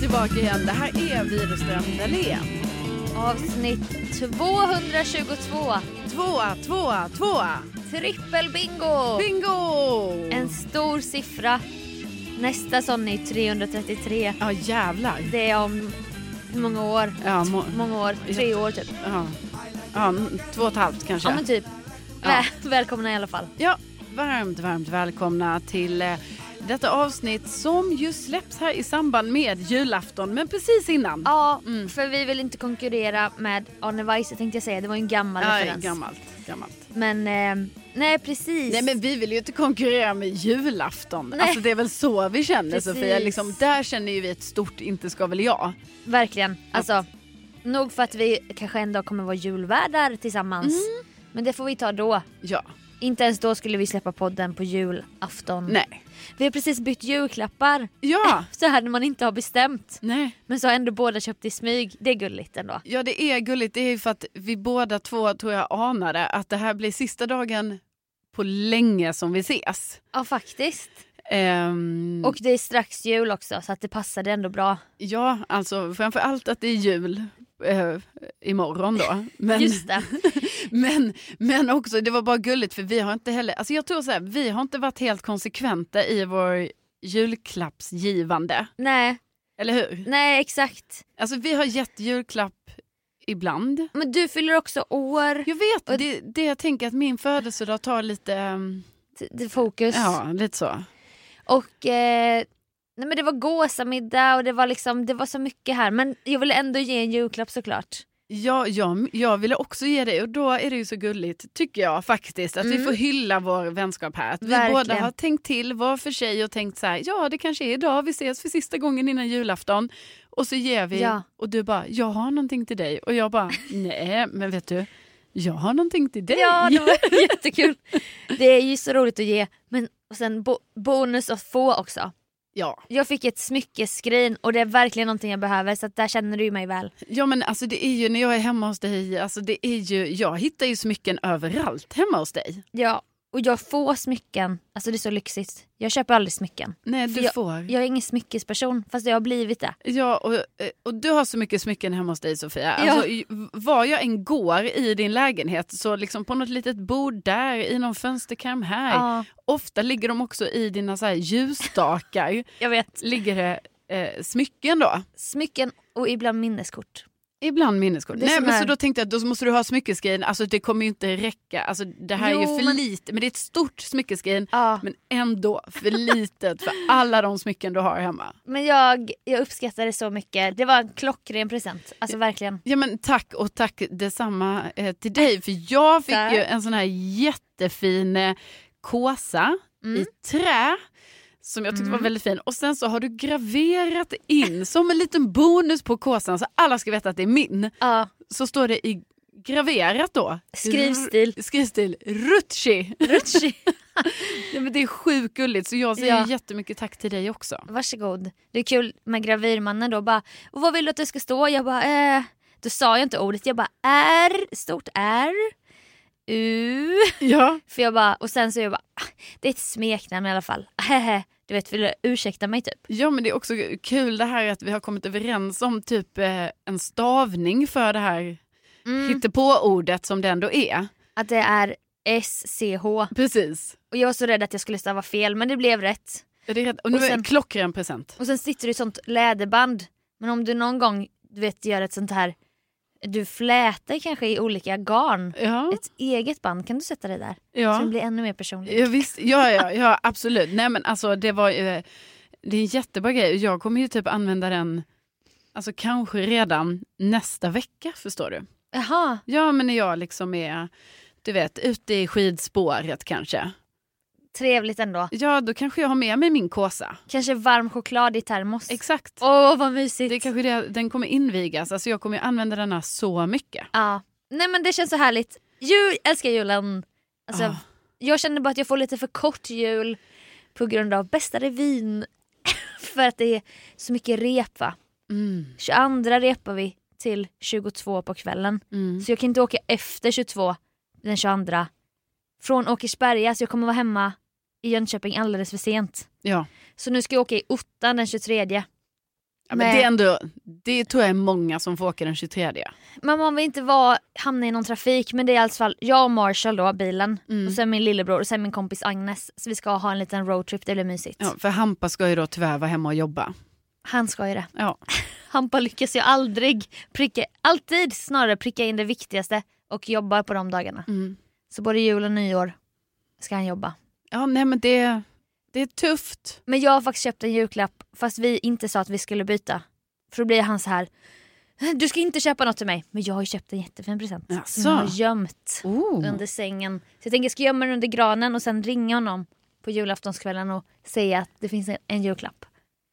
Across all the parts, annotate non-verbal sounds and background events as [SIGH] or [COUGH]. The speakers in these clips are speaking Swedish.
tillbaka igen. Det här är Widerström Dahlén. Avsnitt 222. Tvåa, tvåa, tvåa. Trippelbingo! Bingo! En stor siffra. Nästa sån är 333. Ja, jävlar. Det är om hur många år? Ja, må... Många år? Tre år typ. ja. ja, n- två och ett halvt kanske. Ja men typ. Ja. Vä- Välkomna i alla fall. Ja, varmt, varmt välkomna till eh, detta avsnitt som ju släpps här i samband med julafton, men precis innan. Ja, Mm. för vi vill inte konkurrera med Arne Weise tänkte jag säga. Det var ju en gammal Ja, referens. gammalt, gammalt. Men eh, nej precis. Nej men vi vill ju inte konkurrera med julafton. Nej. Alltså det är väl så vi känner Precis. Sofia. Liksom, där känner ju vi ett stort inte ska väl jag. Verkligen. Alltså, nog för att vi kanske en dag kommer vara julvärdar tillsammans. Mm. Men det får vi ta då. Ja, Inte ens då skulle vi släppa podden på julafton. nej. Vi har precis bytt julklappar. Mm. Ja, [LAUGHS] Så här när man inte har bestämt. nej. Men så har ändå båda köpt i smyg. Det är gulligt ändå. Ja det är gulligt. Det är ju för att vi båda två tror jag anade att det här blir sista dagen på länge som vi ses. Ja faktiskt. Ehm, Mm. Och det är strax jul också så att det passade ändå bra. Ja, alltså framför allt att det är jul eh, imorgon då. Men, [LAUGHS] Just det. men, men också, det var bara gulligt för vi har inte heller, alltså jag tror så här, vi har inte varit helt konsekventa i vår julklappsgivande. nej, Eller hur? nej exakt. Alltså vi har gett julklapp ibland. Men du fyller också år. Jag vet, det, det jag tänker att min födelsedag tar lite, ehm, T- t- Fokus. ja lite så. Och eh, nej men det var gåsamiddag och det var liksom det var så mycket här. Men jag ville ändå ge en julklapp såklart. Ja, jag, jag ville också ge dig och då är det ju så gulligt tycker jag faktiskt att vi Mm. får hylla vår vänskap här. Att vi Verkligen. båda har tänkt till var för sig och tänkt så här, ja det kanske är idag vi ses för sista gången innan julafton. Och så ger vi Ja. och du bara, jag har någonting till dig och jag bara, nej men vet du, jag har någonting till dig. [LAUGHS] Ja, det var jättekul. Det är ju så roligt att ge. Men och sen bo- bonus att få också. ja. Jag fick ett smyckeskrin och det är verkligen någonting jag behöver så att där känner du ju mig väl. ja men alltså det är ju när jag är hemma hos dig, alltså det är ju, jag hittar ju smycken överallt hemma hos dig. Ja. Och jag får smycken, alltså det är så lyxigt. Jag köper aldrig smycken. Nej För du får. Jag är ingen smyckesperson fast jag har blivit det. Ja, och, eh, och du har så mycket smycken hemma hos dig Sofia. Alltså, i- Var jag än går i din lägenhet, så liksom på något litet bord där, i någon fönsterkarm här. Ja, Ofta ligger de också i dina så här, [LAUGHS] ljusstakar, jag vet. ligger det eh, smycken då. Smycken och ibland minneskort. Ibland minneskort. Det är Nej, sån men här- så då tänkte jag att då måste du ha smyckeskrin, alltså det kommer ju inte räcka. Alltså, det här är Jo, ju för men- lite, men det är ett stort smyckeskrin. Ja. Men ändå för litet för alla de smycken du har hemma. Men jag, jag uppskattar det så mycket. Det var en klockren present. Alltså verkligen. Ja men tack och tack detsamma eh, till dig. För jag fick Tack. ju en sån här jättefin eh, kåsa i Mm. trä. Som jag tyckte Mm. var väldigt fin. Och sen så har du graverat in som en liten bonus på kåsan så alla ska veta att det är min. Ja, Så står det i graverat då. Skrivstil. R- Skrivstil Rutschi. Rutschi. Ja, men det är sjukt gulligt så jag säger Ja. jättemycket tack till dig också. Varsågod. Det är kul med gravyrmannen då bara, och vad vill du att det ska stå? Jag bara, eh. Då sa jag inte ordet, jag bara R, stort R, U. Ja. För jag bara, och sen så jag bara, "Ah, det är ett smeknamn i alla fall. Hehe. Du vet, vill du ursäkta mig typ? Ja men det är också kul det här att vi har kommit överens om typ eh, en stavning för det här Mm. hittepå-ordet som det ändå är. Att det är SCH. Precis. Och jag var så rädd att jag skulle stava fel men det blev rätt. Är det rätt? Och nu Och är sen- det klockren present. Och sen sitter du i ett sånt läderband. Men om du någon gång du vet, gör ett sånt här, du flätar kanske i olika garn. Ja, Ett eget band, kan du sätta det där? Så det ja. blir ännu mer personligt. ja, visst. Ja, ja, ja, absolut. Nej men alltså det var eh, det är en jättebra grej. Jag kommer ju typ använda den, alltså kanske redan nästa vecka förstår du. Jaha, Ja men när jag liksom är, du vet, ute i skidspåret kanske. trevligt ändå. Ja då kanske jag har med mig min kåsa. Kanske varm choklad i termos. Exakt. Åh vad mysigt. Det är kanske det, den kommer invigas. Alltså jag kommer ju använda den här så mycket. ja. Nej men det känns så härligt. Jul, älskar julen. Alltså, Ah. Jag känner bara att jag får lite för kort jul på grund av bästa revyn. [LAUGHS] för att det är så mycket rep va. Mm, 22 repar vi till 22 på kvällen. mm. Så jag kan inte åka efter 22 den 22 från Åkersberga så jag kommer vara hemma i Jönköping alldeles för sent. Ja. Så nu ska jag åka i ottan den 23. Ja, men Nej. det, är ändå, det tror jag är många som får åka den 23. Men man vill inte vara, hamna i någon trafik men det är i alla fall jag och Marshall då, bilen. Mm. Och sen min lillebror och sen min kompis Agnes. Så vi ska ha en liten roadtrip, det blir mysigt. Ja, för Hampa ska ju då tyvärr vara hemma och jobba. Han ska ju det. Ja. [LAUGHS] Han bara lyckas ju aldrig pricka, alltid snarare pricka in det viktigaste och jobbar på de dagarna. Mm. Så både jul och nyår ska han jobba. Ja, nej men det, det är tufft. Men jag har faktiskt köpt en julklapp fast vi inte sa att vi skulle byta. För då blir han så här. Du ska inte köpa något till mig. Men jag har ju köpt en jättefin present. Som Jaså? jag har gömt Oh. under sängen. Så jag tänker jag ska gömma den under granen och sen ringa honom på julaftonskvällen och säga att det finns en, en julklapp.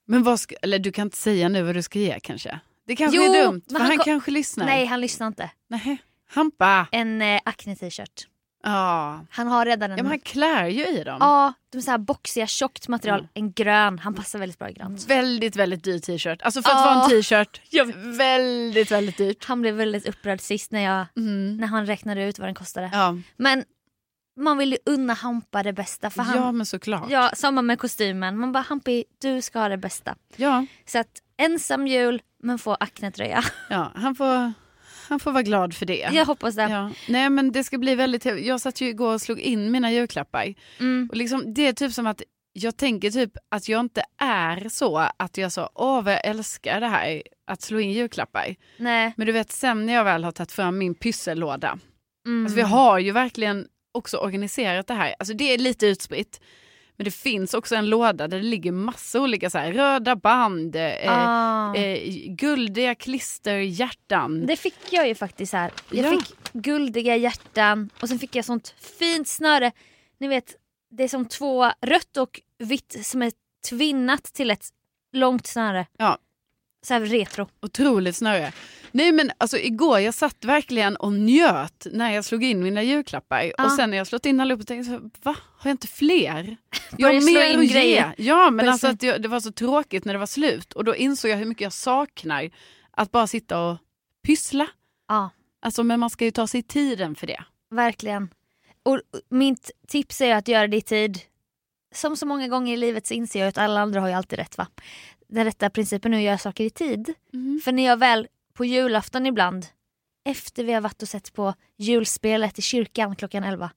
Men vad ska, eller du kan inte säga nu vad du ska ge kanske? Det kanske Jo, är dumt, men för han han ko- kanske lyssnar. Nej, han lyssnar inte. Nej. Hampa! En eh, Acne t-shirt. Ja. Han har redan en. ja, men han klär ju i dem. Mm. Ja, de så här boxiga, tjockt material. Mm. En grön. Han passar väldigt bra i grönt. Väldigt, väldigt dyr t-shirt. Alltså för att [LAUGHS] Ja. vara en t-shirt, väldigt, väldigt dyrt. Han blev väldigt upprörd sist när, jag, när han räknade ut vad den kostade. Ja. Men man vill ju unna Hampa det bästa. För ja, han, men såklart. ja. Ja. samma med kostymen. Man bara Hampi, du ska ha det bästa. Ja. Så att ensam jul men få Acne-tröja. Han, får, han får vara glad för det. [LAUGHS] Jag hoppas det. Ja. Nej men det ska bli väldigt trevligt. Jag satt ju igår och slog in mina julklappar. Mm. Och liksom, det är typ som att jag tänker typ att jag inte är så att jag sa åh vad jag älskar det här att slå in julklappar. Nej. Men du vet sen när jag väl har tagit fram min pyssellåda. Mm. Alltså, vi har ju verkligen också organiserat det här. Alltså, det är lite utspritt. Men det finns också en låda där det ligger massa olika så här, röda band, eh, ah. eh, guldiga klisterhjärtan. Det fick jag ju faktiskt här. Jag Ja. fick guldiga hjärtan och sen fick jag sånt fint snöre. Ni vet, det är som två rött och vitt som är tvinnat till ett långt snöre. Ja. Så här retro. Otroligt snöre. Nej men alltså igår jag satt verkligen och njöt när jag slog in mina julklappar. Ja. Och sen när jag slått in allihopa tänkte jag så här, va? Har jag inte [LAUGHS] fler? Jag Börjar har slå mer in att ge. grejer. Ja men Börjar alltså slå- att jag, det var så tråkigt när det var slut. Och då insåg jag hur mycket jag saknar att bara sitta och pyssla. Ja, Alltså men man ska ju ta sig tiden för det. verkligen. Och mitt tips är ju att göra det i tid. Som så många gånger i livet så inser jag att alla andra har ju alltid rätt va. Den rätta principen är att göra saker i tid. För när jag väl på julafton ibland, efter vi har varit och sett på julspelet i kyrkan klockan 11,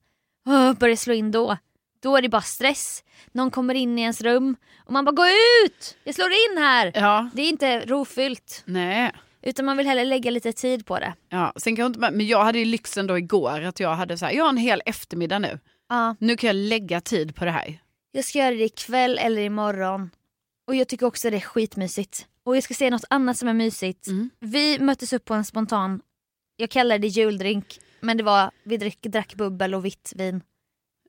åh, börjar slå in då. Då är det bara stress. Någon kommer in i ens rum och man bara gå ut! Jag slår in här! Ja. Det är inte rofyllt. Nej. Utan man vill hellre lägga lite tid på det. Ja, sen kan jag inte, men jag hade ju lyxen då igår att jag hade så här, jag har en hel eftermiddag nu. Ja, Nu kan jag lägga tid på det här. jag ska göra det ikväll eller imorgon. Och jag tycker också det är skitmysigt. Och jag ska säga något annat som är mysigt. Mm. Vi möttes upp på en spontan, jag kallar det juldrink, men det var, vi drack, drack bubbel och vitt vin.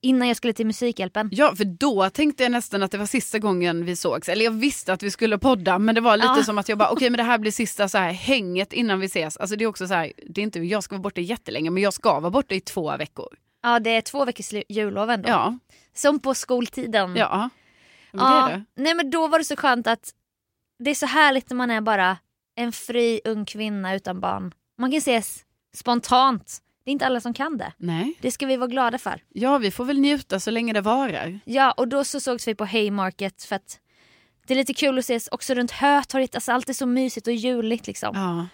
Innan jag skulle till Musikhjälpen. Ja, för då tänkte jag nästan att det var sista gången vi sågs. Eller jag visste att vi skulle podda, men det var lite Ja. som att jag bara, okej men det här blir sista så här, hänget innan vi ses. Alltså det är också så här, det är inte, jag ska vara borta jättelänge, men jag ska vara borta i två veckor. Ja, det är två veckors lu- jullov ändå. Ja, Som på skoltiden. ja. Men Ja, Det är det. Nej men då var det så skönt att det är så härligt när man är bara en fri ung kvinna utan barn. Man kan ses spontant. Det är inte alla som kan det. Nej. Det ska vi vara glada för. Ja, vi får väl njuta så länge det varar. Ja, och då så sågs vi på Haymarket för att det är lite kul att ses också runt Hötorget. Alltså allt är så mysigt och juligt liksom. Ja.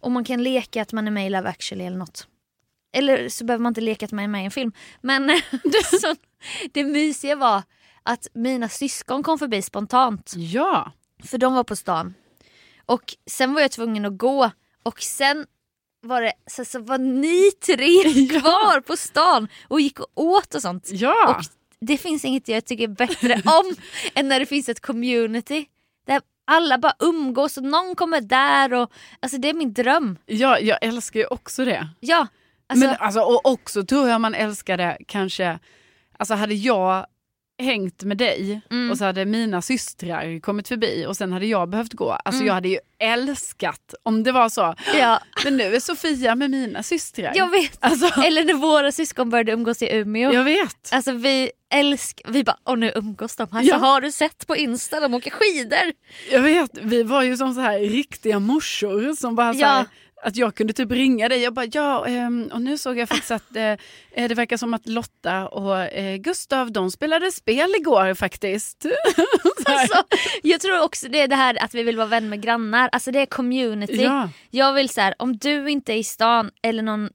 Och man kan leka att man är med i Love actually eller något. Eller så behöver man inte leka att man är med i en film. Men [LAUGHS] så, det mysiga var att mina syskon kom förbi spontant. Ja. För de var på stan. Och sen var jag tvungen att gå. Och sen var det så, så var ni tre kvar på stan och gick och åt och sånt. Ja. Och det finns inget jag tycker bättre om än när det finns ett community. Där alla bara umgås och någon kommer där. Och, alltså det är min dröm. ja, jag älskar ju också det. Ja, alltså, men alltså, och också tror jag man älskade kanske, alltså hade jag hängt med dig Mm. och så hade mina systrar kommit förbi och sen hade jag behövt gå. Alltså Mm. jag hade ju älskat om det var så, [LAUGHS] ja, men nu är Sofia med mina systrar. jag vet. Alltså, Eller när våra syskon började umgås i Umeå. jag vet. Alltså vi älskar, vi bara åh nu umgås de. Alltså, Ja. Har du sett på [LAUGHS] Insta de åker skidor? Jag vet, vi var ju som så här riktiga morsor som bara så Ja. här, Att jag kunde typ ringa dig. Jag bara, ja, ehm, och nu såg jag faktiskt att eh, eh, det verkar som att Lotta och eh, Gustav, de spelade spel igår faktiskt. [LAUGHS] Så här. Alltså, jag tror också det är det här att vi vill vara vän med grannar, alltså det är community. ja. Jag vill så här, om du inte är i stan eller någon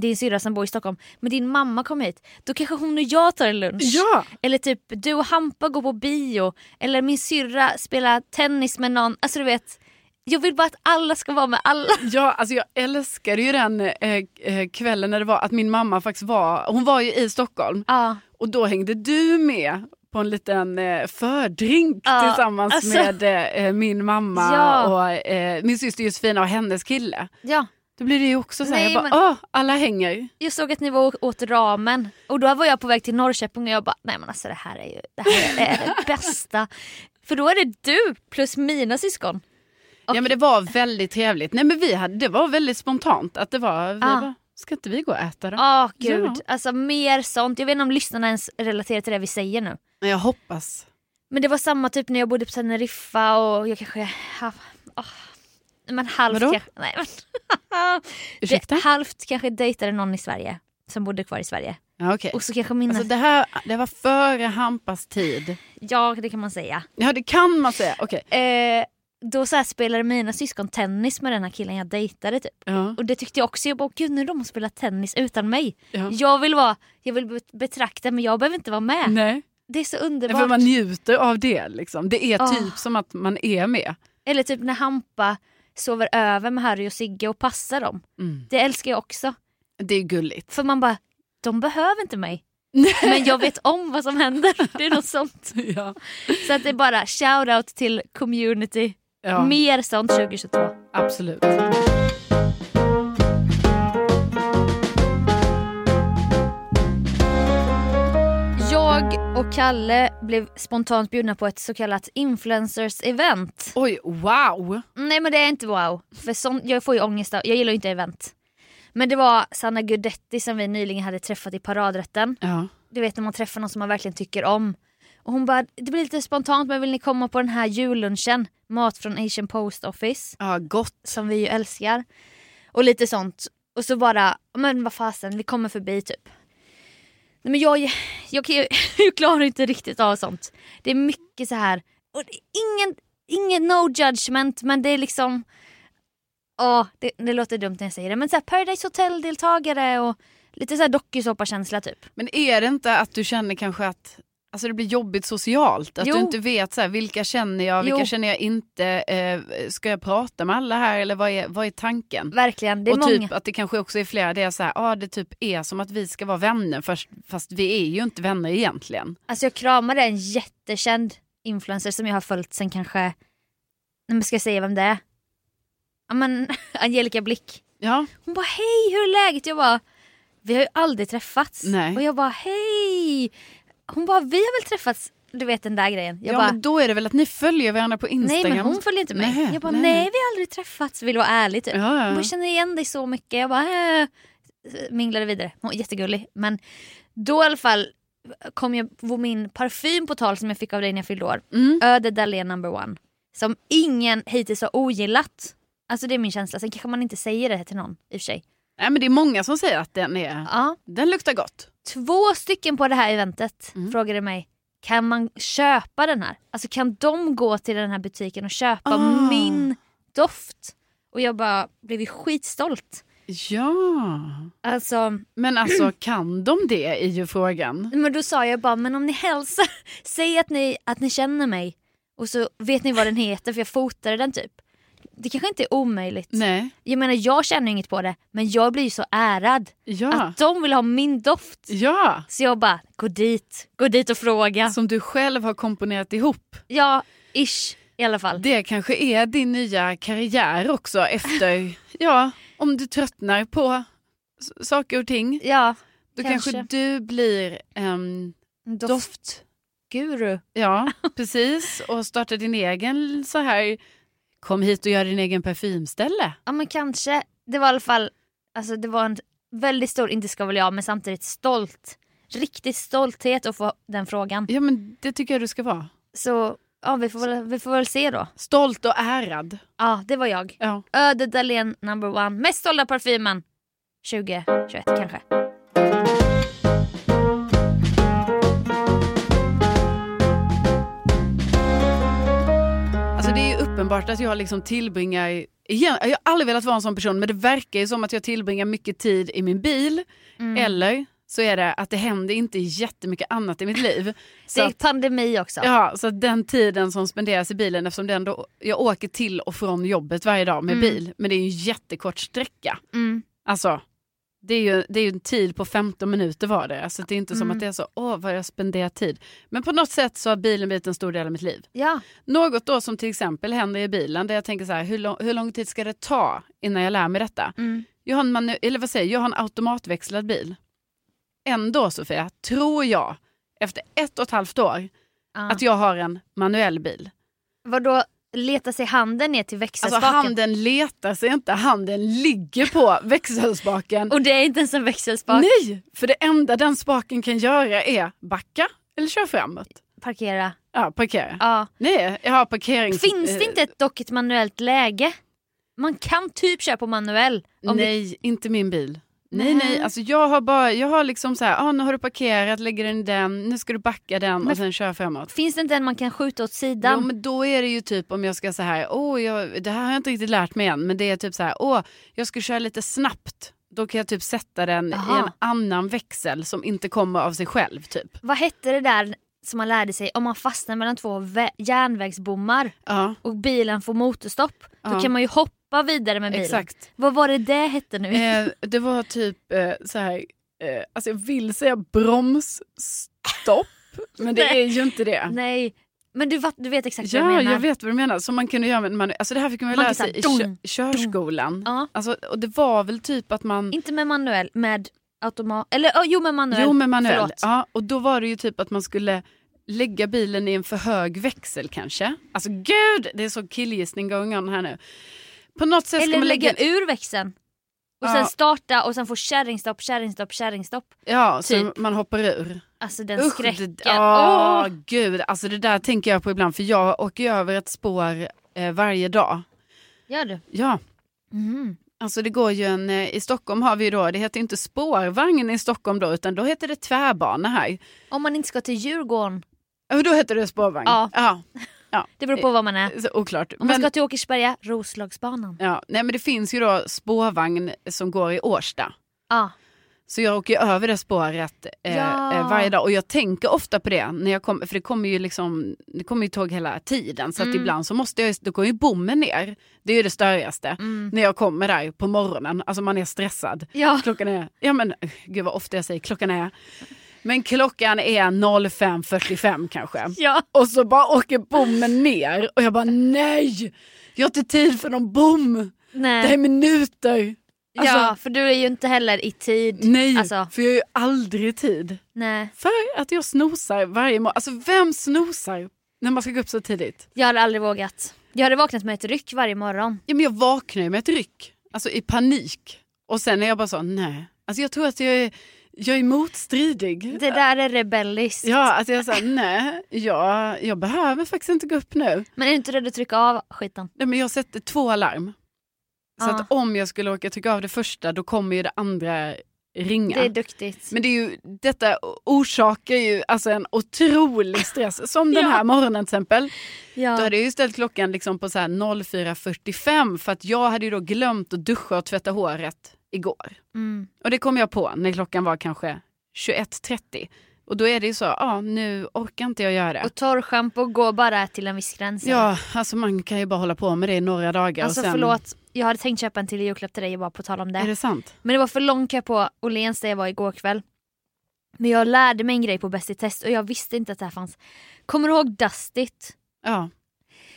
din syrra som bor i Stockholm, men din mamma kom hit, då kanske hon och jag tar en lunch. ja, Eller typ du och Hampa går på bio, eller min syrra spelar tennis med någon. Alltså du vet, jag vill bara att alla ska vara med alla. [LAUGHS] ja, alltså jag älskade ju den eh, eh, kvällen när det var att min mamma faktiskt var, hon var ju i Stockholm Ja, och då hängde du med på en liten eh, fördrink Ja, tillsammans alltså. med eh, eh, min mamma Ja. och eh, min syster Josefina och hennes kille. ja. Då blir det ju också så här, Nej, jag bara, men- åh, alla hänger. Jag såg att ni var och åt ramen och då var jag på väg till Norrköping och jag bara, nej men alltså det här är ju det, här är det bästa. För då är det du plus mina syskon. Och- Ja men det var väldigt trevligt. Nej men vi hade, det var väldigt spontant att det var, vi Ja. bara, ska inte vi gå och äta då? Åh gud, Ja. alltså mer sånt. Jag vet inte om lyssnarna ens relaterar till det vi säger nu. Men Jag hoppas. Men det var samma typ när jag bodde på Teneriffa och jag kanske... Ah, ah, men halvt Vadå? kanske... [LAUGHS] Nej, men, Ursäkta? Det, halvt kanske dejtade någon i Sverige som bodde kvar i Sverige. Ja, okej. Och så kanske mina... Alltså det här det var före Hampas tid. Ja, det kan man säga. Ja det kan man säga. Okej. Eh, då så här spelade mina syskon tennis med den här killen jag dejtade typ. Ja, Och det tyckte jag också. Jag bara, gud nu är de och spelar tennis utan mig. ja. Jag vill vara, jag vill bet- betrakta men jag behöver inte vara med. Mm. Nej, Det är så Nej, underbart. för man njuter av det liksom. Det är Ah. typ som att man är med. Eller typ när Hampa sover över med Harry och Sigge och passar dem. Mm. Det älskar jag också. Det är gulligt. För man bara, de behöver inte mig. Nej. Men jag vet om vad som händer. Det är något sånt. [LAUGHS] ja. Så att det är bara shout-out till community. Ja, Mer sånt 2022. absolut. Jag och Kalle blev spontant bjudna på ett så kallat influencers-event. Oj, wow. Nej men det är inte wow. För sånt, jag får ju ångest av, jag gillar ju inte event. Men det var Sanna Gudetti som vi nyligen hade träffat i paradrätten. Ja. du vet när man träffar någon som man verkligen tycker om. Och hon bara, det blir lite spontant men vill ni komma på den här jullunchen? Mat från Asian Post Office, ja, gott. som vi ju älskar. Och lite sånt. Och så bara, men vad fasen, vi kommer förbi typ. Nej men jag, jag, kan ju- [LAUGHS] jag klarar inte riktigt av sånt. Det är mycket så här, och det är ingen, ingen no judgment men det är liksom, ja det, det låter dumt när jag säger det men så här Paradise Hotel-deltagare och lite så här dokusåpakänsla typ. Men är det inte att du känner kanske att alltså det blir jobbigt socialt? Att Jo. du inte vet så här, vilka känner jag, vilka Jo. känner jag inte? Eh, ska jag prata med alla här eller vad är, vad är tanken? Verkligen, det är och många. typ att det kanske också är flera, det är så här, ah, det typ är som att vi ska vara vänner först, fast vi är ju inte vänner egentligen. Alltså jag kramade en jättekänd influencer som jag har följt sen kanske, nej men ska jag säga vem det är? Ja men [LAUGHS] Angelica Blick. Ja, Hon bara hej hur är läget? Jag bara, vi har ju aldrig träffats. Nej. Och jag bara hej. Hon bara vi har väl träffats, du vet den där grejen. Jag ja bara, men då är det väl att ni följer varandra på nej Instagram? men hon följer inte mig. Nej, jag bara nej, nej, nej. vi har aldrig träffats, vill vara ärlig typ. ja, Hon ja. bara känner igen dig så mycket. Jag bara äh, minglade vidare. Hon är jättegullig. Men då i alla fall kom jag på min parfym på tal som jag fick av dig när jag fyllde år. Mm. Öde Dahlén number one. Som ingen hittills har ogillat. Alltså det är min känsla. Sen kanske man inte säger det här till någon i och för sig. Nej men det är många som säger att den, är, Ja. den luktar gott. Två stycken på det här eventet Mm. frågade mig kan man köpa den här? Alltså kan de gå till den här butiken och köpa Ah. min doft? Och jag bara blev ju skitstolt. Ja, Alltså men [CLEARS THROAT] alltså kan de det är ju frågan. Men då sa jag bara, men om ni hälsar, [LAUGHS] säg att ni, att ni känner mig och så vet ni vad den heter för jag fotade den typ. Det kanske inte är omöjligt. Nej, Jag menar jag känner ju inget på det men jag blir ju så ärad ja. att de vill ha min doft. Ja, Så jag bara, gå dit, gå dit och fråga. som du själv har komponerat ihop. Ja, ish i alla fall. Det kanske är din nya karriär också efter, [LAUGHS] ja, om du tröttnar på s- saker och ting. Ja, Då kanske, Kanske. du blir en doftguru. doft. [LAUGHS] Ja, precis. Och startar din egen så här, kom hit och gör din egen parfymställe. Ja men kanske. Det var i alla fall, alltså det var en väldigt stor, inte ska väl jag, men samtidigt stolt. Riktigt stolthet att få den frågan. Ja men det tycker jag du ska vara. Så ja, vi, får väl, vi får väl se då. Stolt och ärad. Ja, det var jag. Ja. Öde Dahlén number one. Mest sålda parfymen 2021 kanske. Alltså det är ju uppenbart att jag liksom tillbringar, igen, jag har aldrig velat vara en sån person men det verkar ju som att jag tillbringar mycket tid i min bil Mm. eller så är det att det händer inte jättemycket annat i mitt [LAUGHS] liv. Så Det är att, pandemi också. ja, så att den tiden som spenderas i bilen eftersom det ändå, jag åker till och från jobbet varje dag med Mm. bil men det är ju en jättekort sträcka. Mm. Alltså, det är, ju, det är ju en tid på 15 minuter var det. Alltså, det är inte som Mm. att det är så, åh vad jag spenderar tid. Men på något sätt så har bilen blivit en stor del av mitt liv. ja. Något då som till exempel händer i bilen där jag tänker så här, hur, lång, hur lång tid ska det ta innan jag lär mig detta? Mm. Jag har en, manu- eller vad säger, jag, jag har en automatväxlad bil. Ändå Sofia, tror jag, efter ett och ett halvt år, Ja. att jag har en manuell bil. Vadå, leta sig handen ner till Alltså växelspaken? handen letar sig inte, handen ligger på växelspaken. Och det är inte ens en växelspak. Nej, för det enda den spaken kan göra är backa eller köra framåt. Parkera. Ja, parkera. Ja. Nej, jag har parkerings... Finns det eh, inte ett, dock ett manuellt läge? Man kan typ köra på manuell. Om det- Nej, inte min bil. Nej, Nej. nej, alltså jag har bara, jag har liksom så här, ah, nu har du parkerat, lägger den i den, nu ska du backa den Men- och sen köra framåt. Finns det inte en man kan skjuta åt Jo, sidan? men då är det ju typ om jag ska så här, åh, jag, det här har jag inte riktigt lärt mig än, men det är typ så här, åh, jag ska köra lite snabbt. Då kan jag typ sätta den i en Aha. annan växel som inte kommer av sig själv typ. Vad hette det där som man lärde sig om man fastnar mellan två vä- järnvägsbommar Ja, och bilen får motorstopp? Ja. Då kan man ju hoppa vidare med bilen. exakt. Vad var det det hette nu? Eh, det var typ eh, så här, eh, alltså jag vill säga bromsstopp, men det Nej. är ju inte det. Nej, men du, va- du vet exakt vad Ja, jag menar. jag vet vad du menar. Som man kunde göra med en manu- alltså det här fick man ju Man lära kan sig i säga kö- dong, körskolan. Ja. Alltså, och det var väl typ att man... Inte med manuell, med automat... Eller ja, jo med manuell. Jo, men manuell. Förlåt. Ja, och då var det ju typ att man skulle lägga bilen i en för hög växel kanske. Alltså gud, det är så killgissning going on här nu. På något sätt ska Eller man lägga... lägga ur växeln. Och Ja. sen starta och sen få kärringstopp, kärringstopp, kärringstopp. Ja, så typ. man hoppar ur. Alltså den skräcken. det, ja, Åh! gud. Alltså det där tänker jag på ibland för jag åker ju över ett spår eh, varje dag. Gör du? Ja, Mm. Alltså det går ju en, eh, i Stockholm har vi ju då, det heter ju inte spårvagn i Stockholm då, utan då heter det tvärbana här. Om man inte ska till Djurgården. Och då heter det spårvagn. Ja. ja Det beror på var man är. så oklart. Om man Eh, Men, ska till Åkersberga, Roslagsbanan. ja, nej men det finns ju då spårvagn som går i Årsta. Ja. Så jag åker ju över det spåret eh, Ja. eh, varje dag och jag tänker ofta på det, när jag kommer för det kommer ju liksom, det kommer ju tåg hela tiden så att Mm. ibland så måste jag, ju- då går ju bommen ner. Det är ju det störigaste. Mm. När jag kommer där på morgonen, alltså man är stressad. Ja. Klockan är, ja men gud vad ofta jag säger klockan är. Men klockan är 05.45 kanske. ja. Och så bara åker bommen ner och jag bara nej! Jag har inte tid för någon bom! Det här är Nej. minuter! alltså- Mm. ja, för du är ju inte heller i tid. Nej, Alltså. för jag har ju aldrig tid. Nej. För att jag snosar varje morgon. Alltså vem snosar när man ska gå upp så tidigt? Jag hade aldrig vågat. Jag hade vaknat med ett ryck varje morgon. Ja men jag vaknar ju med ett ryck. Alltså i panik. Och sen är jag bara så nej. Alltså jag tror att jag är, jag är motstridig. Det där är rebelliskt. Ja, alltså jag sa nej, jag, jag behöver faktiskt inte gå upp nu. Men är du inte rädd att trycka av skiten? Nej, men jag sätter två alarm. Så Ja. att om jag skulle åka trycka av det första då kommer ju det andra ringa. Det är duktigt. Men det är ju, detta orsakar ju alltså en otrolig stress. Som den Ja. här morgonen till exempel. Då Ja. hade jag ju ställt klockan liksom på så här 04.45 för att jag hade ju då glömt att duscha och tvätta håret igår. Mm. Och det kom jag på när klockan var kanske 21.30. Och då är det ju så, ja nu orkar inte jag göra det. Och torrschampo går bara till en viss gräns. Ja, alltså man kan ju bara hålla på med det i några dagar. Alltså och sen, förlåt, jag hade tänkt köpa en till julklapp till dig bara på tal om det. Är det sant? Men det var för lång kö på Åhléns där jag var igår kväll. Men jag lärde mig en grej på Bäst i test och jag visste inte att det här fanns. Kommer du ihåg Dust It? Ja.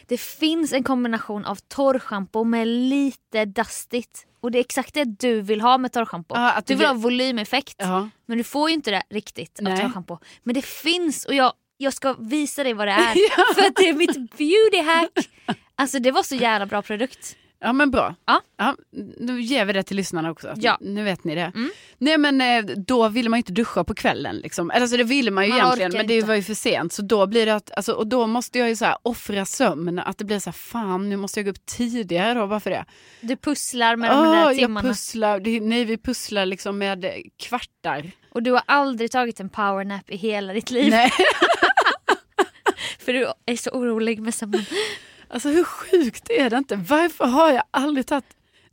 Det finns en kombination av torrschampo med lite Dust It. Och det är exakt det du vill ha med torrschampo. Ja, att Du det vill ha blir- volymeffekt. ja. Men du får ju inte det riktigt av Nej. torrschampo. Men det finns och jag, jag ska [LAUGHS] visa dig vad det är. Ja. För att det är mitt beauty hack. Alltså det var så jävla bra produkt. Ja men bra. Ja. nu ger vi det till lyssnarna också. Ja. Nu vet ni det. Mm. Nej men eh, då ville man ju inte duscha på kvällen. Liksom. Eller, Alltså det ville man ju Man egentligen orkar men det inte. var ju för sent. Så då blir det att, alltså, och då måste jag ju så här offra sömn. Att det blir så här fan nu måste jag gå upp tidigare då bara för det. Du pusslar med de Åh, där jag timmarna pusslar, det, nej vi pusslar liksom med eh, kvartar. och du har aldrig tagit en powernap i hela ditt liv Nej. för du är så orolig med sömnen. Alltså hur sjukt är det inte? Varför har jag aldrig tagit,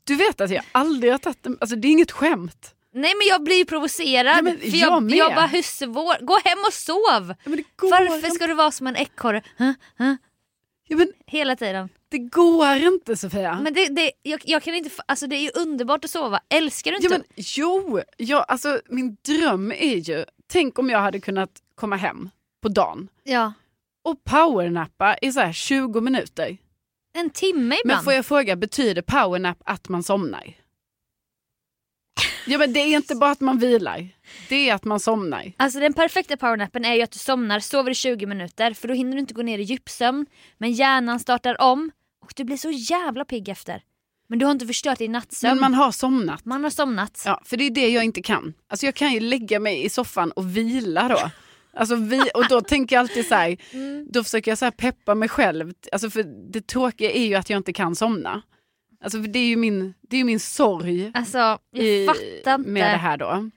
du vet att jag aldrig har tagit, en- alltså det är inget skämt. Nej men jag blir provocerad. Ja, men för jag jag, med. jag bara hur svår, gå hem och sov! Ja, Men det går Varför inte. ska du vara som en ekorre Huh? Huh? ja, men hela tiden? det går inte Sofia. Men det, det, jag, jag kan inte, fa- alltså det är ju underbart att sova, älskar du inte? Ja, men, jo, jag, alltså, min dröm är ju, tänk om jag hade kunnat komma hem på dagen Ja. och powernappa i så här 20 minuter. En timme Men ibland. får jag fråga, betyder powernap att man somnar? Ja men det är inte bara att man vilar, det är att man somnar. Alltså den perfekta powernappen är ju att du somnar, sover i 20 minuter för då hinner du inte gå ner i djupsömn men hjärnan startar om och du blir så jävla pigg efter. Men du har inte förstört din nattsömn. Men Man... man har somnat. har somnat. Ja, för det är det jag inte kan. Alltså jag kan ju lägga mig i soffan och vila då. Alltså vi, och då tänker jag alltid så här, då försöker jag så här peppa mig själv. Alltså för det tråkiga är ju att jag inte kan somna. Alltså för det är ju min, det är ju min sorg Alltså jag i, fattar inte. med det här då.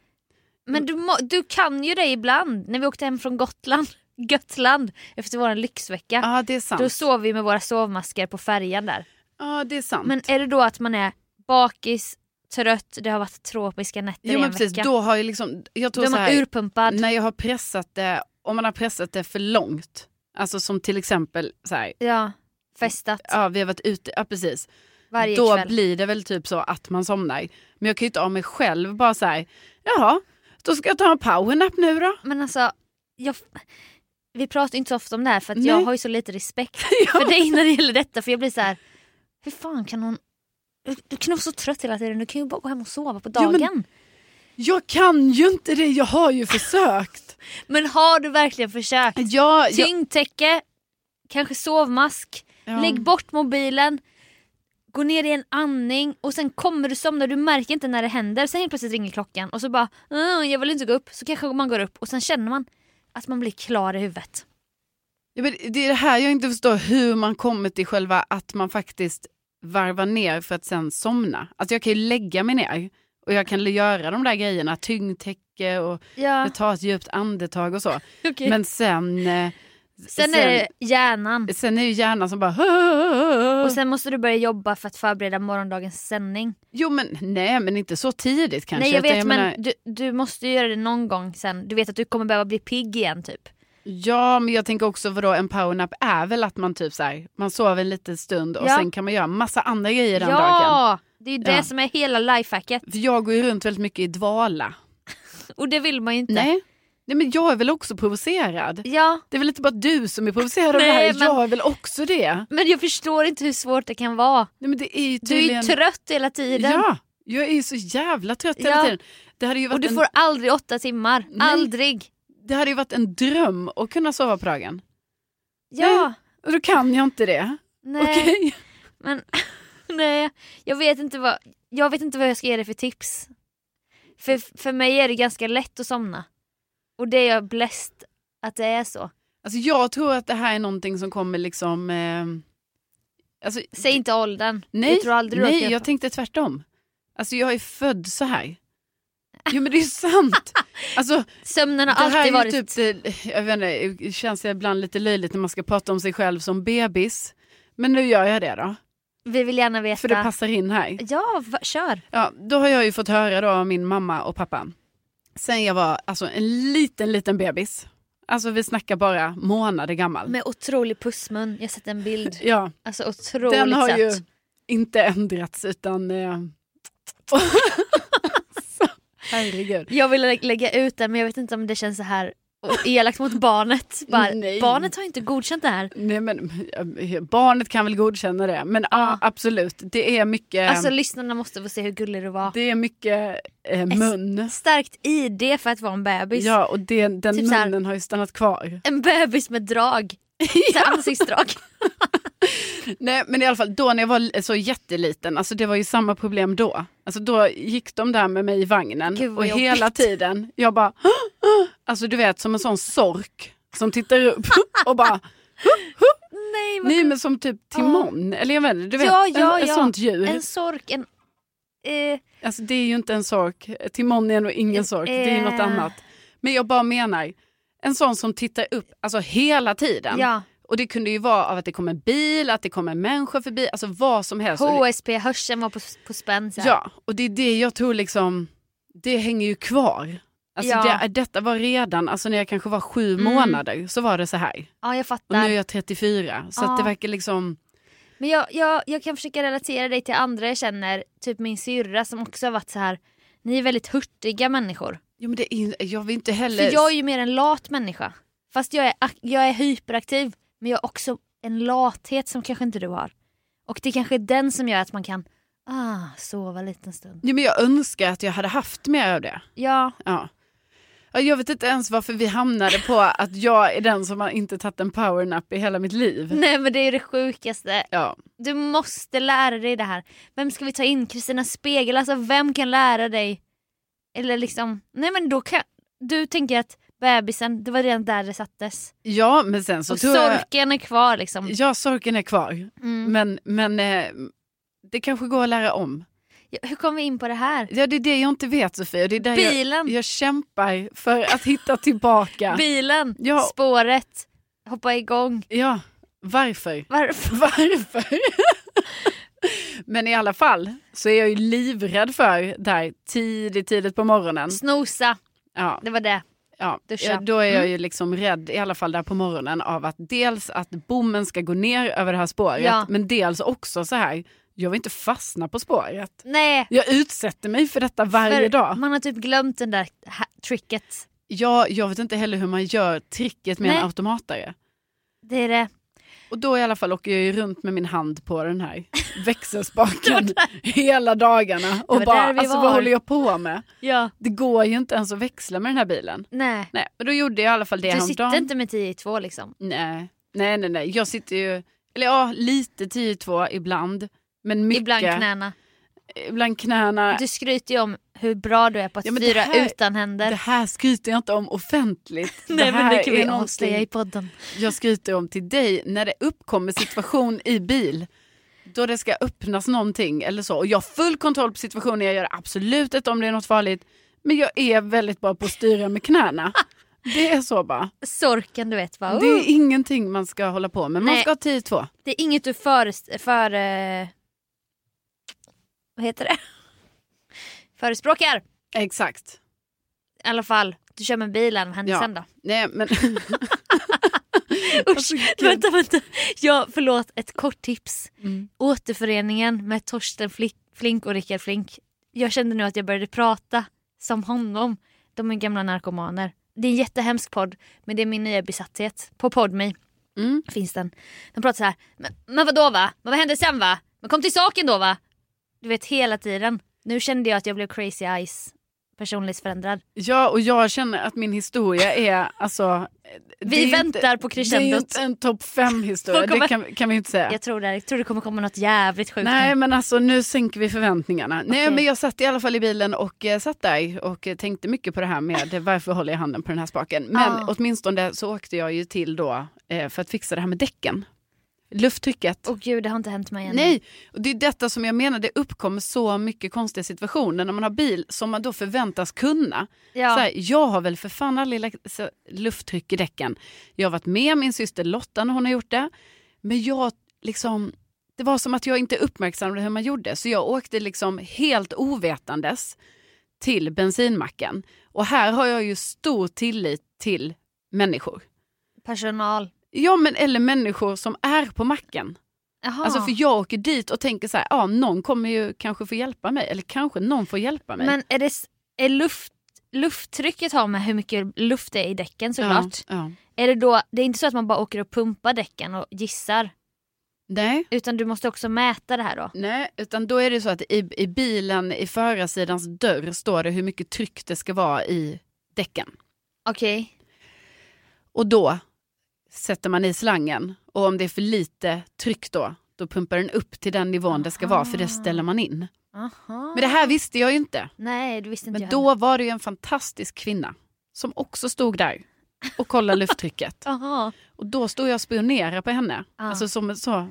Men du, må- du kan ju det ibland. När vi åkte hem från Gotland, [LAUGHS] Götland efter vår lyxvecka. Ja, det är Ah, sant. Då sov vi med våra sovmasker på färjan där. Ja, det är sant. Men är det då att man är bakis, trött, det har varit tropiska nätter jo, i men en precis, vecka. då har jag liksom, jag då tror är så man här, urpumpad. när jag har pressat det, om man har pressat det för långt, alltså som till exempel så här, Ja, festat ja vi har varit ute, ja precis. varje då kväll. blir det väl typ så att man somnar. Men jag kan ju inte av mig själv bara så här, jaha, då ska jag ta en powernap nu då. Men alltså, jag, vi pratar inte så ofta om det här för att Nej. jag har ju så lite respekt [LAUGHS] Ja. för dig när det gäller detta för jag blir så här. hur fan kan hon... Du, du kan vara så trött hela tiden, du kan ju bara gå hem och sova på Ja, dagen. men- men... Jag kan ju inte det, jag har ju [LAUGHS] försökt. har du verkligen försökt? Jag, jag, Tyngdtäcke, kanske sovmask, ja. lägg bort mobilen, gå ner i en andning och sen kommer du somna du märker inte när det händer. Sen helt plötsligt ringer klockan och så bara "Mm, “jag vill inte gå upp” så kanske man går upp och sen känner man att man blir klar i huvudet. Ja, men det är det här jag inte förstår, hur man kommer till själva att man faktiskt varvar ner för att sen somna. Alltså jag kan ju lägga mig ner och jag kan göra de där grejerna, tyngdtäcke och Ja. jag tar ett djupt andetag och så. [LAUGHS] Okej. Men sen, eh, sen är det hjärnan. sen är ju hjärnan som bara... Och sen måste du börja jobba för att förbereda morgondagens sändning. Jo men nej men inte så tidigt kanske. Nej jag utan vet men menar- du, du måste göra det någon gång sen. Du vet att du kommer behöva bli pigg igen typ. ja men jag tänker också vadå en powernap är väl att man typ så här, man sover en liten stund och Ja. sen kan man göra massa andra grejer den dagen. Ja! Det är ju det Ja. som är hela lifehacket. För jag går ju runt väldigt mycket i dvala. Och det vill man ju inte. Nej. nej men jag är väl också provocerad. Ja, Det är väl inte bara du som är provocerad av det Nej, här, men- jag är väl också det. men jag förstår inte hur svårt det kan vara. Nej, men det är ju Du är ju tydligen... trött hela tiden. Ja, jag är ju så jävla trött hela Ja. tiden. Det hade, ju Och varit du en, får aldrig åtta timmar. Nej. Aldrig. det hade ju varit en dröm att kunna sova på dagen. Ja. Och då kan jag inte det. Nej. Okej? Men [LAUGHS] nej, jag vet inte vad jag, vet inte vad jag ska ge dig för tips. För, för mig är det ganska lätt att somna. Och det är jag bläst att det är så. Alltså jag tror att det här är någonting som kommer liksom... Eh, alltså, Säg inte åldern. nej, jag tror aldrig du har nej knäppat. jag tänkte tvärtom. Alltså jag är född så här. Jo men det är ju [LAUGHS] sant. Alltså, Sömnen det har här alltid är ju varit... typ, det, jag vet inte, det känns ibland lite löjligt när man ska prata om sig själv som bebis. Men nu gör jag det då, Vi vill gärna veta. för det passar in här. Ja, va, kör. Ja, då har jag ju fått höra då av min mamma och pappa. Sen jag var alltså en liten, liten bebis. Alltså vi snackar bara månader gammal. Med otrolig pussmun. Jag har sett en bild. [LAUGHS] ja, Alltså otroligt Den har söt. ju inte ändrats utan... Eh... [LAUGHS] Så, Herregud. Jag ville lä- lägga ut den men jag vet inte om det känns så här och elakt mot barnet. Bara, Nej. Ehm. barnet har inte godkänt det här. Nej, men, eh, barnet kan väl godkänna det, men ja. absolut. Det är mycket, Alltså lyssnarna måste få se hur gullig du var. det är mycket eh, mun. Starkt ID för att vara en bebis. Ja, och det, den Typ så här. munnen har ju stannat kvar. [LAUGHS] En bebis med drag. Så här Ansiktsdrag. Nej men i alla fall då när jag var så jätteliten, alltså det var ju samma problem då. Alltså då gick de där med mig i vagnen Gud, vad och jobbigt. hela tiden, jag bara, [GASPS] "Hå, hå." alltså du vet som en sån sork som tittar upp och bara, [LAUGHS] Nej, vad nej sjukt. men som typ timon, eller jag vet inte, du vet, Ja, ja, en, ja. ett sånt djur. En sork, en... Eh, Alltså det är ju inte en sork, timon är nog ingen sork, det är ju något Eh. annat. Men jag bara menar, en sån som tittar upp, alltså hela tiden. ja, Och det kunde ju vara av att det kom en bil, att det kom en människa förbi, alltså vad som helst. Och det- HSP, hörseln var på, på spänn. så här. Ja, och det är det jag tror liksom, det hänger ju kvar. Alltså Ja. det, detta var redan, alltså när jag kanske var sju Mm. månader så var det så här. ja, jag Och nu fattar. är jag 34, så Ja. att det verkar liksom, Men jag, jag, jag kan försöka relatera dig till andra jag känner, typ min syrra som också har varit så här. Ni är väldigt hurtiga människor. jo men det är, jag vill inte För heller... jag är ju mer en lat människa. Fast jag är, ak- jag är hyperaktiv men jag har också en lathet som kanske inte du har. Och det kanske är den som gör att man kan ah, sova en liten stund. Jo, men jag önskar att jag hade haft mer av det. Ja, Ja. Ja, Jag vet inte ens varför vi hamnade på att jag är den som har inte tagit en powernap i hela mitt liv. nej men det är ju det sjukaste. Ja. Du måste lära dig det här. Vem ska vi ta in? Kristina Spegel? Alltså vem kan lära dig? Eller liksom, nej men då kan... Du tänker att bebisen, det var redan där det sattes. ja, men sen så och tror jag... sorken är kvar liksom. Ja, sorken är kvar. Mm. Men, men eh, det kanske går att lära om. Ja, Hur kom vi in på det här? Ja, det är det jag inte vet Sofia. Det är där jag, Bilen! jag kämpar för att hitta tillbaka. Bilen, Ja. spåret, hoppa igång. Ja, varför? [LAUGHS] Varför? Varför? men i alla fall så är jag ju livrädd för där tidigt, tidigt på morgonen. [LAUGHS] Snosa, Ja. det var det. Mm. Ja, Duscha. ja, då är jag ju liksom rädd, i alla fall där på morgonen, av att dels att bommen ska gå ner över det här spåret, Ja. men dels också så här, jag vill inte fastna på spåret. Nej! Jag utsätter mig för detta varje för dag. Man har typ glömt den där ha- tricket. Jag, jag vet inte heller hur man gör tricket med Nej. en automatare. Det är det. Och då i alla fall åker jag ju runt med min hand på den [LAUGHS] här växelspaken hela dagarna och var bara, där vi alltså var." vad håller jag på med? Ja. Det går ju inte ens att växla med den här bilen. Nej. Nej, men då gjorde jag i alla fall det Du häromdagen. sitter inte med 10 i 2 liksom. Nej, nej, nej. nej. Jag sitter ju, eller ja, lite 10-2 ibland. Men mycket. Ibland knäna. Ibland knäna. Du skryter ju om hur bra du är på att Ja, men det styra här- utan händer. Det här skryter jag inte om offentligt. [LAUGHS] Nej men här det kan vi är avslöja i någonting podden. jag skryter om till dig när det uppkommer situation i bil. Då det ska öppnas någonting eller så. Och jag har full kontroll på situationen. Jag gör absolut inte om det är något farligt. Men jag är väldigt bra på att styra med [LAUGHS] knäna. Det är så bara. Sorken du vet va? Det är ingenting man ska hålla på med. Man Oh. Nej. ska ha 10-2. det är inget du för... för eh, vad heter det? [LAUGHS] Förespråkar i Exakt. alla fall. Du kör med bilen, vad händer Ja. sen då? Nej [LAUGHS] men... Alltså, Usch, vänta, vänta. Ja, förlåt, ett kort tips. Mm. Återföreningen med Torsten Flick, Flink och Rickard Flink. Jag kände nu att jag började prata som honom. De är gamla narkomaner. Det är en jättehemsk podd, men det är min nya besatthet. På Podme Mm. finns den. De pratar så här, men, men vadå va? Men vad hände sen va? Men kom till saken då va? Du vet hela tiden. Nu kände jag att jag blev crazy eyes personlighetsförändrad. Ja, och jag känner att min historia är alltså... det Vi är ju väntar på Det är ju crescendot. inte en topp [LAUGHS] fem historia, Då kommer- det kan, kan vi ju inte säga. Jag tror det, jag tror det kommer komma något jävligt sjukt Nej men alltså nu sänker vi förväntningarna. Nej Okej. men jag satt i alla fall i bilen och eh, satt där och eh, tänkte mycket på det här med eh, varför håller jag handen på den här spaken. Men Ah. åtminstone så åkte jag ju till då eh, för att fixa det här med däcken. Lufttrycket. Och gud, det har inte hänt mig än. Nej, och det är detta som jag menar, det uppkommer så mycket konstiga situationer när man har bil som man då förväntas kunna. Ja. Så här, jag har väl för fan aldrig lagt så, lufttryck i däcken. Jag har varit med min syster Lotta när hon har gjort det. Men jag liksom, det var som att jag inte uppmärksammade hur man gjorde. Så jag åkte liksom helt ovetandes till bensinmacken. Och här har jag ju stor tillit till människor. Personal. Ja, men eller människor som är på macken. Jaha. Alltså för jag åker dit och tänker så här, ja någon kommer ju kanske få hjälpa mig eller kanske någon får hjälpa mig. Men är, det, s- är luft, lufttrycket har med hur mycket luft det är i däcken såklart. Ja, ja. Är det, då, det är inte så att man bara åker och pumpar däcken och gissar. Nej. Utan du måste också mäta det här då. Nej, utan då är det så att i, i bilen i förarsidans dörr står det hur mycket tryck det ska vara i däcken. Okej. Och då sätter man i slangen och om det är för lite tryck då, då pumpar den upp till den nivån det ska vara för det ställer man in. Aha. Men det här visste jag ju inte. Nej, du visste inte Men jag då var det ju en fantastisk kvinna som också stod där och kollade [LAUGHS] lufttrycket. heller. Aha. Och då stod jag och spionerade på henne. Ja. Alltså som en så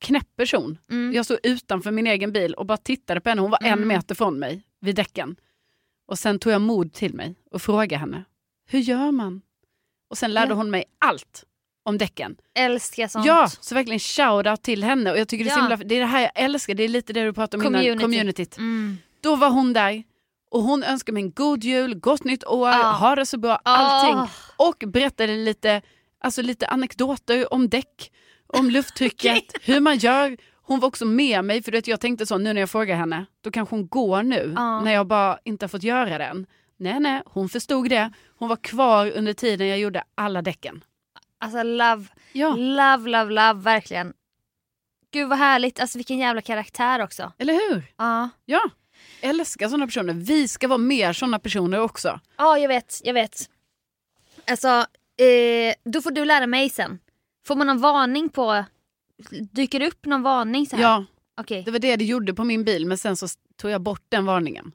knäpp person. Mm. Jag stod utanför min egen bil och bara tittade på henne. Hon var en Mm. meter från mig vid däcken. Och sen tog jag mod till mig och frågade henne. Hur gör man? Och sen lärde Ja. hon mig allt om däcken. Älskar sånt. Ja, så verkligen shout-out till henne. Och jag tycker det är, så Ja. himla, det är det här jag älskar. Det är lite det du pratade om innan, Community. communityt. Mm. Då var hon där och hon önskade mig en god jul, gott nytt år, Ja. ha det så bra, allting. Och berättade lite, alltså lite anekdoter om däck, om lufttrycket, hur man gör. Hon var också med mig, för du vet, jag tänkte så nu när jag frågar henne, då kanske hon går nu Ja. när jag bara inte har fått göra den. Nej, nej, hon förstod det. Hon var kvar under tiden jag gjorde alla däcken. Alltså love, Ja, love, love, love verkligen. Gud vad härligt, alltså vilken jävla karaktär också. eller hur? Ja, Ja. Älskar sådana personer. Vi ska vara mer sådana personer också. ja jag vet, jag vet. Alltså, eh, då får du lära mig sen. Får man någon varning på, dyker det upp någon varning så här? Ja, Okej. det var det det gjorde på min bil, men sen så tog jag bort den varningen.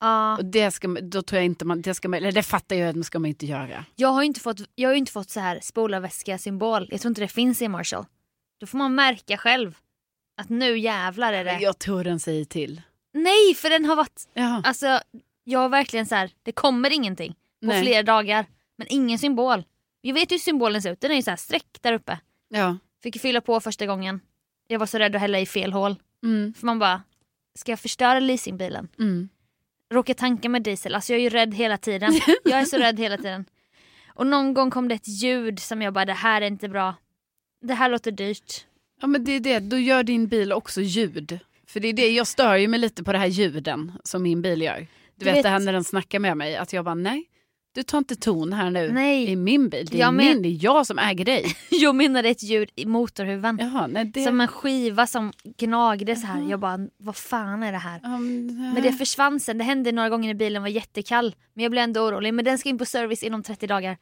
Ja. Och det ska man, då tror jag inte man, det ska man, eller det fattar jag att man ska man inte göra. Jag har ju inte fått, jag har ju inte fått så här spolarväska symbol. Jag tror inte det finns i Marshall. Då får man märka själv. Att nu jävlar är det. Jag tror den säger till. Nej för den har varit Ja, Alltså jag har verkligen så här, det kommer ingenting på Nej. flera dagar. Men ingen symbol. Jag vet ju hur symbolen ser ut, den är ju så här streck där uppe. ja. Fick ju fylla på första gången. Jag var så rädd att hälla i fel hål. Mm, För man bara, ska jag förstöra leasingbilen? mm. Råkar tanka med diesel, alltså jag är ju rädd [LAUGHS] hela tiden. Jag är så rädd hela tiden. Och någon gång kom det ett ljud som jag bara, det här är inte bra. Det här låter dyrt. ja men det är det, då gör din bil också ljud. För det är det, jag stör ju mig lite på det här ljuden som min bil gör. Du, Du vet, vet- det här när den snackar med mig, att jag bara nej, du tar inte ton här nu. Nej. I min bil, det är, Jag men- min, det är jag som äger dig. [LAUGHS] Jag menade ett ljud i motorhuven. Jaha, nej det... Som en skiva som gnagde så här. Jaha. Jag bara, vad fan är det här? Ja, men- Men det försvann sen. Det hände några gånger när bilen var jättekall. Men jag blev ändå orolig. Men den ska in på service inom 30 dagar.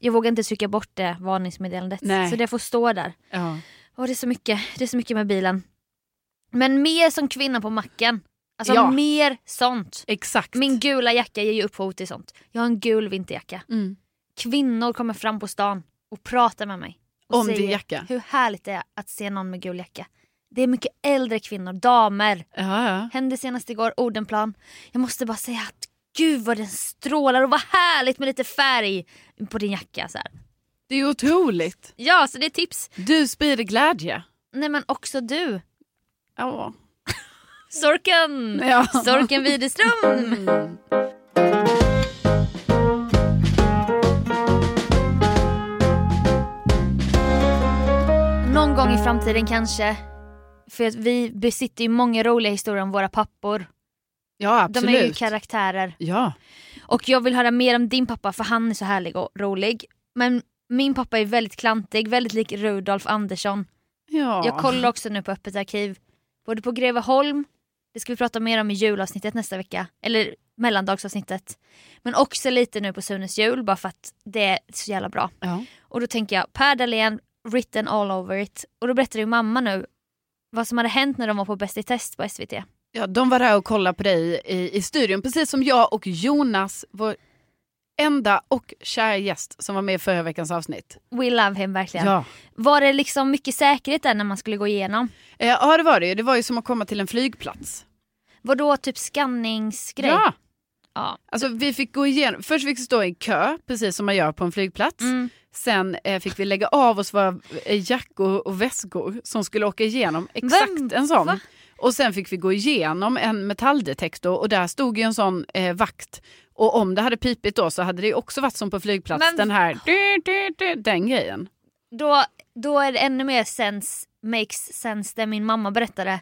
Jag vågar inte trycka bort det varningsmeddelandet. Nej. Så det får stå där. ja. Och det är så mycket. Det är så mycket med bilen. Men mer som kvinna på macken. Alltså Ja. mer sånt. Exakt. Min gula jacka ger ju upphov till sånt. Jag har en gul vinterjacka. Mm. Kvinnor kommer fram på stan och pratar med mig. Och Om din jacka. Hur härligt det är att se någon med gul jacka. Det är mycket äldre kvinnor, damer. Ja, ja. Hände senast igår, Odenplan. Jag måste bara säga att gud vad den strålar och vad härligt med lite färg på din jacka. Så här. Det är ju otroligt. Ja, så det är tips. Du sprider glädje. Nej men också du. Ja. Sorken! Ja. Sorken Widerström! Mm. Någon gång i framtiden kanske. För att vi besitter ju många roliga historier om våra pappor. Ja, De är ju absolut. karaktärer. ja. Och jag vill höra mer om din pappa för han är så härlig och rolig. Men min pappa är väldigt klantig, väldigt lik Rudolf Andersson. ja. Jag kollar också nu på Öppet arkiv. Både på Greveholm, det ska vi prata mer om i julavsnittet nästa vecka. Eller mellandagsavsnittet. Men också lite nu på Sunes jul bara för att det är så jävla bra. Ja. Och då tänker jag Per Dahlén, written all over it. Och då berättar ju mamma nu vad som hade hänt när de var på Bäst i test på SVT. ja, de var där och kollade på dig i, i studion, precis som jag och Jonas, vår enda och kära gäst som var med i förra veckans avsnitt. We love him verkligen. Var det liksom mycket säkerhet där när man skulle gå igenom? Eh, ja, det var det ju. Det var ju som att komma till en flygplats. Var då typ skanningsgrej? Ja. Ja. Alltså, vi fick gå igenom, först fick vi stå i en kö, precis som man gör på en flygplats. Mm. Sen eh, fick vi lägga av oss våra eh, jackor och väskor som skulle åka igenom exakt Vem? en sån. Va? Och sen fick vi gå igenom en metalldetektor och där stod ju en sån eh, vakt. Och om det hade pipit då så hade det ju också varit som på flygplats, Men- den här du, du, du, den grejen. då, då är det ännu mer sense, makes sense det min mamma berättade.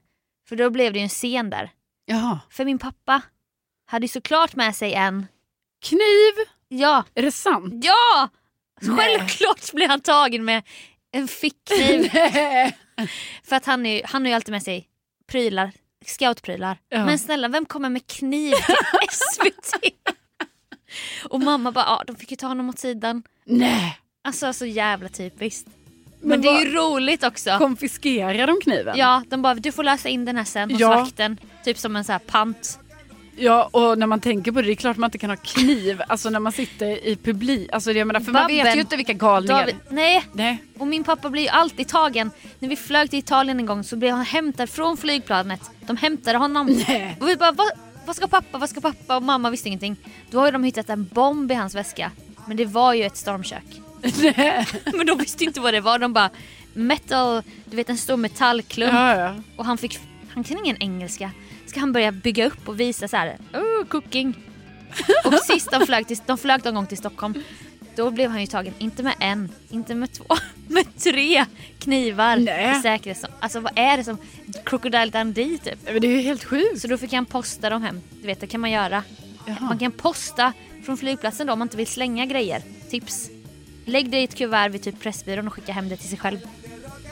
För då blev det ju en scen där. Jaha. För min pappa hade ju såklart med sig en. Kniv, Ja, är det sant? ja! Självklart blev han tagen med en fickkniv. Nej. för att han, är, ju- han har ju alltid med sig prylar, scoutprylar. Ja. Men snälla, vem kommer med kniv [LAUGHS] till SVT? Och mamma bara, ja de fick ju ta honom åt sidan. [LAUGHS] Nej. Alltså så jävla typiskt. Men, det är ju roligt också. Konfiskerar de kniven? Ja, de bara du får lösa in den här sen hos Ja. vakten. Typ som en sån här pant. Ja, och när man tänker på det, det är klart man inte kan ha kniv alltså när man sitter i publik. Alltså, jag menar, för man vet Babben. ju inte vilka Då har galningar. vi, nej, Nej. och min pappa blir ju alltid tagen. När vi flög till Italien en gång så blev han hämtad från flygplanet. De hämtade honom. [LAUGHS] Nej. Och vi bara vad, vad ska pappa, vad ska pappa? Och mamma visste ingenting. Då har ju de hittat en bomb i hans väska. Men det var ju ett stormkök. [LAUGHS] Nej. Men de visste inte vad det var. De bara metal, du vet en stor metallklump. Ja, ja. Och han fick, han kan ingen engelska. Ska han börja bygga upp och visa så här, oh, cooking. Och sist de flög, till, de flög någon gång till Stockholm, då blev han ju tagen, inte med en, inte med två, [LAUGHS] med tre knivar Nej. i säkerhet. Alltså vad är det som, Crocodile Dundee typ. Men det är ju helt sjukt. Så då fick han posta dem hem, du vet det kan man göra. Man Jaha. kan posta från flygplatsen då om man inte vill slänga grejer. Tips. Lägg det i ett kuvert vid typ Pressbyrån och skicka hem det till sig själv.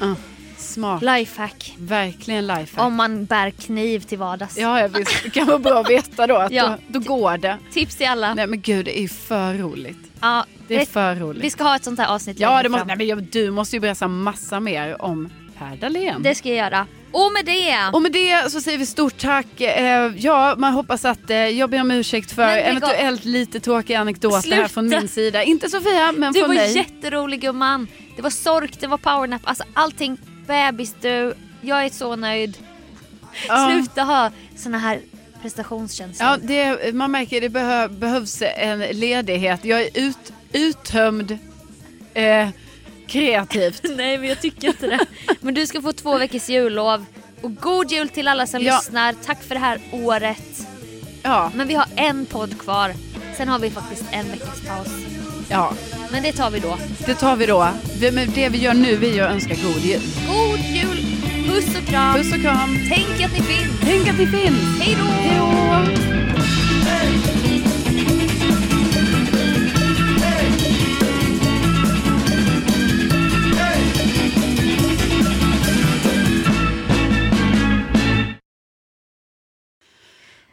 Ja. Smart. Lifehack. Verkligen lifehack. Om man bär kniv till vardags. Ja, ja, visst. Det kan vara bra att veta då att Ja. då, då går det. Tips till alla. Nej men gud, det är ju för roligt. Ja, Det är rätt- för vi roligt. ska ha ett sånt här avsnitt Ja, längre det måste, fram. nej, men jag, du måste ju berätta massa mer om Per Dahlén. Det ska jag göra. Och med det! Och med det så säger vi stort tack. Eh, ja, man hoppas att eh, jag ber om ursäkt för Men lägg av. eventuellt lite tråkiga anekdoter här Sluta. från min sida. Inte Sofia, men du från var mig. jätterolig gumman. Det var sork, det var powernap, alltså allting. Bebis du, jag är så nöjd. Ja. Sluta ha såna här prestationskänslor. Ja, det, man märker det behö, behövs en ledighet. Jag är ut, uttömd eh, kreativt. [LAUGHS] Nej men jag tycker inte det. Men du ska få två veckors jullov. Och god jul till alla som Ja. lyssnar. Tack för det här året. Ja, Men vi har en podd kvar. Sen har vi faktiskt en veckas paus. ja, Men det tar vi då. det tar vi då. Det, men det vi gör nu är ju att önska god jul. God jul! Puss och kram! Puss och kram. Tänk att ni finns! Tänk att ni finns. Hej då! Hej då.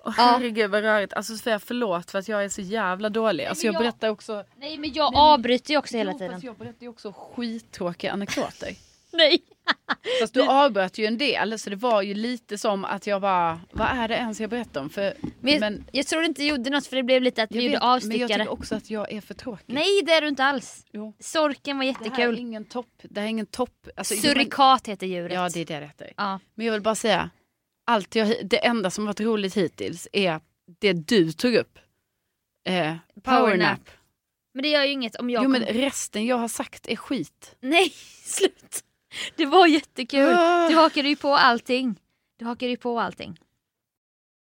Åh, herregud vad rörigt. Alltså Sofia förlåt för att jag är så jävla dålig. Alltså men jag jag- berättar också, Nej men jag avbryter ju också hela Jo, tiden. fast jag berättar ju också skittråkiga anekdoter. Nej! Fast du avbröt ju en del så det var ju lite som att jag bara, vad är det ens jag berättar om? För, Men jag, jag tror inte jag gjorde något för det blev lite att vi jag gjorde vet, men jag avstickare. tycker också att jag är för tråkig. Nej det är du inte alls. Jo. Sorken var Det här är jättekul. ingen topp. Det här är ingen topp. Alltså, jo, men- Surikat heter djuret. Ja, det är det rätt är. Ja. Men jag vill bara säga, allt jag, det enda som varit roligt hittills är det du tog upp. Eh, powernap. Men det gör ju inget om jag Jo men kommer- resten jag har sagt är skit. Nej, [LAUGHS] slut. Det var jättekul. Du hakade ju på allting. Du hakade ju på allting.